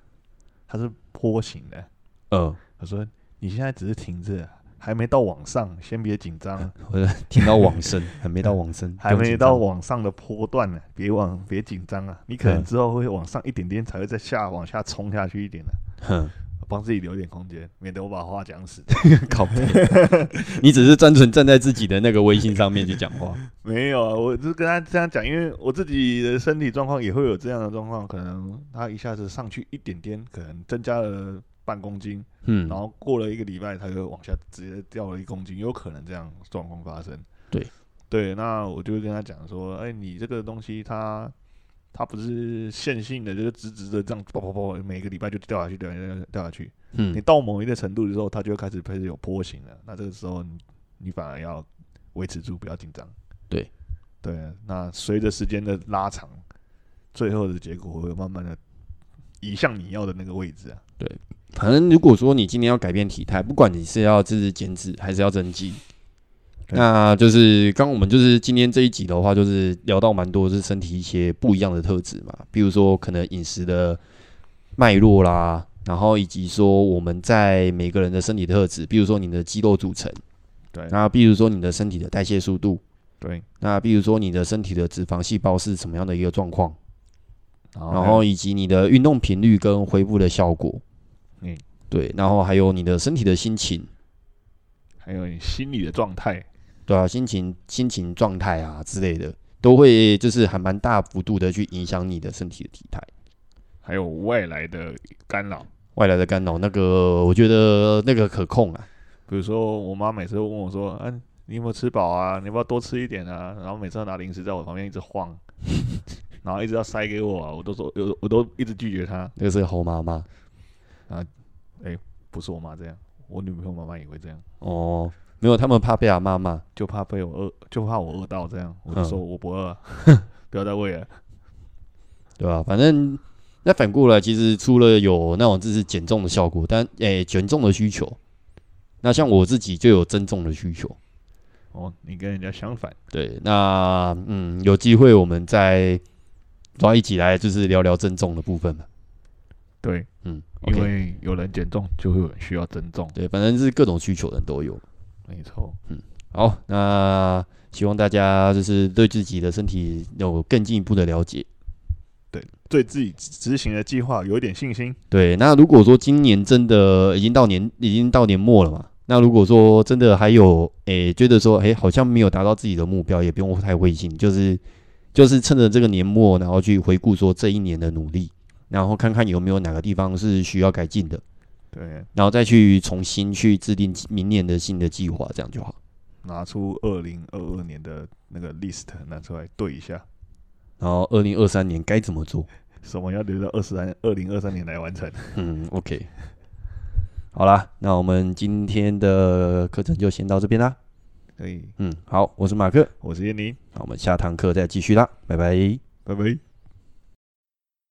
Speaker 2: 它是坡形的。
Speaker 1: 呃，
Speaker 2: 我说你现在只是停着，还没到往上，先别紧张，啊
Speaker 1: 我的听到往 生，还没到往生，嗯
Speaker 2: 还
Speaker 1: 不用
Speaker 2: 没
Speaker 1: 紧
Speaker 2: 到
Speaker 1: 张
Speaker 2: 往上的坡段呢、别往别紧张啊，你可能
Speaker 1: 嗯
Speaker 2: 之后会往上一点点，才会再下往下冲下去一点的、啊
Speaker 1: 哼，
Speaker 2: 帮自己留一点空间，免得我把话讲死。
Speaker 1: 靠背， 你只是单纯站在自己的那个微信上面去讲话。
Speaker 2: 没有啊，我就是跟他这样讲，因为我自己的身体状况也会有这样的状况，可能他一下子上去一点点，可能增加了半公斤，
Speaker 1: 嗯
Speaker 2: 然，后过了一个礼拜，他就往下直接掉了一公斤，有可能这样状况发生。
Speaker 1: 对
Speaker 2: 对，那我就会跟他讲说，哎，你这个东西它它不是线性的，就是直直的这样，啪啪啪，每个礼拜就掉下去，掉下去，掉下去。你
Speaker 1: 嗯，
Speaker 2: 到某一个程度的时候，它就会开始开始有波形了。那这个时候你，你反而要维持住，不要紧张。
Speaker 1: 对，
Speaker 2: 对啊。那随着时间的拉长，最后的结果会慢慢的移向你要的那个位置啊。
Speaker 1: 反正如果说你今天要改变体态，不管你是要自己减脂还是要增肌，
Speaker 2: 对
Speaker 1: 那就是刚我们就是今天这一集的话，就是聊到蛮多是身体一些不一样的特质嘛，比如说可能饮食的脉络啦，然后以及说我们在每个人的身体特质，比如说你的肌肉组成，
Speaker 2: 对
Speaker 1: 那比如说你的身体的代谢速度，
Speaker 2: 对，
Speaker 1: 那比如说你的身体的脂肪细胞是什么样的一个状况，
Speaker 2: 然
Speaker 1: 然后以及你的运动频率跟恢复的效果，
Speaker 2: 嗯，
Speaker 1: 对，然后还有你的身体的心情，
Speaker 2: 还有你心理的状态，
Speaker 1: 对啊，心情、心情状态啊之类的，都会就是还蛮大幅度的去影响你的身体的体态。
Speaker 2: 还有外来的干扰。
Speaker 1: 外来的干扰，那个我觉得那个可控啊，
Speaker 2: 比如说，我妈每次会问我说：“啊，你有没有吃饱啊？你要不要多吃一点啊？”然后每次要拿零食在我旁边一直晃， 然后一直要塞给我、啊，我都说有，我都一直拒绝她。
Speaker 1: 那个是猴妈妈
Speaker 2: 不是我妈这样，我女朋友妈妈也会这样，
Speaker 1: 哦，没有，他们怕被阿妈骂。
Speaker 2: 就怕被我饿，就怕我饿到这样，我就说我不 饿啊，不要再喂了。
Speaker 1: 对吧、反正那反过来，其实除了有那种就是减重的效果，但诶、减重的需求，那像我自己就有增重的需求。
Speaker 2: 哦，你跟人家相反，
Speaker 1: 对，那嗯，有机会我们再抓一起来就是聊聊增重的部分吧。
Speaker 2: 对，
Speaker 1: 嗯
Speaker 2: 因
Speaker 1: ，OK，
Speaker 2: 为有人减重，就会有人需要增重，
Speaker 1: 对，反正是各种需求的人都有。
Speaker 2: 没错。
Speaker 1: 好，那希望大家就是对自己的身体有更进一步的了解。
Speaker 2: 对自己执行的计划有一点信心，
Speaker 1: 对，那如果说今年真的已经到年，已经到年末了嘛，那如果说真的还有，诶、觉得说，诶、好像没有达到自己的目标，也不用太灰心，就是就是趁着这个年末，然后去回顾说这一年的努力，然后看看有没有哪个地方是需要改进的，
Speaker 2: 对，
Speaker 1: 然后再去重新去制定明年的新的计划，这样就好。
Speaker 2: 拿出二零二二年的那个 list 拿出来对一下，
Speaker 1: 然后二零二三年该怎么做？
Speaker 2: 什么要留到二十三二零二三年来完成。
Speaker 1: 嗯，OK。好啦，那我们今天的课程就先到这边啦。
Speaker 2: 可以，
Speaker 1: 嗯，好，我是马克。
Speaker 2: 我是燕妮，
Speaker 1: 那我们下堂课再继续啦，拜拜。
Speaker 2: 拜拜。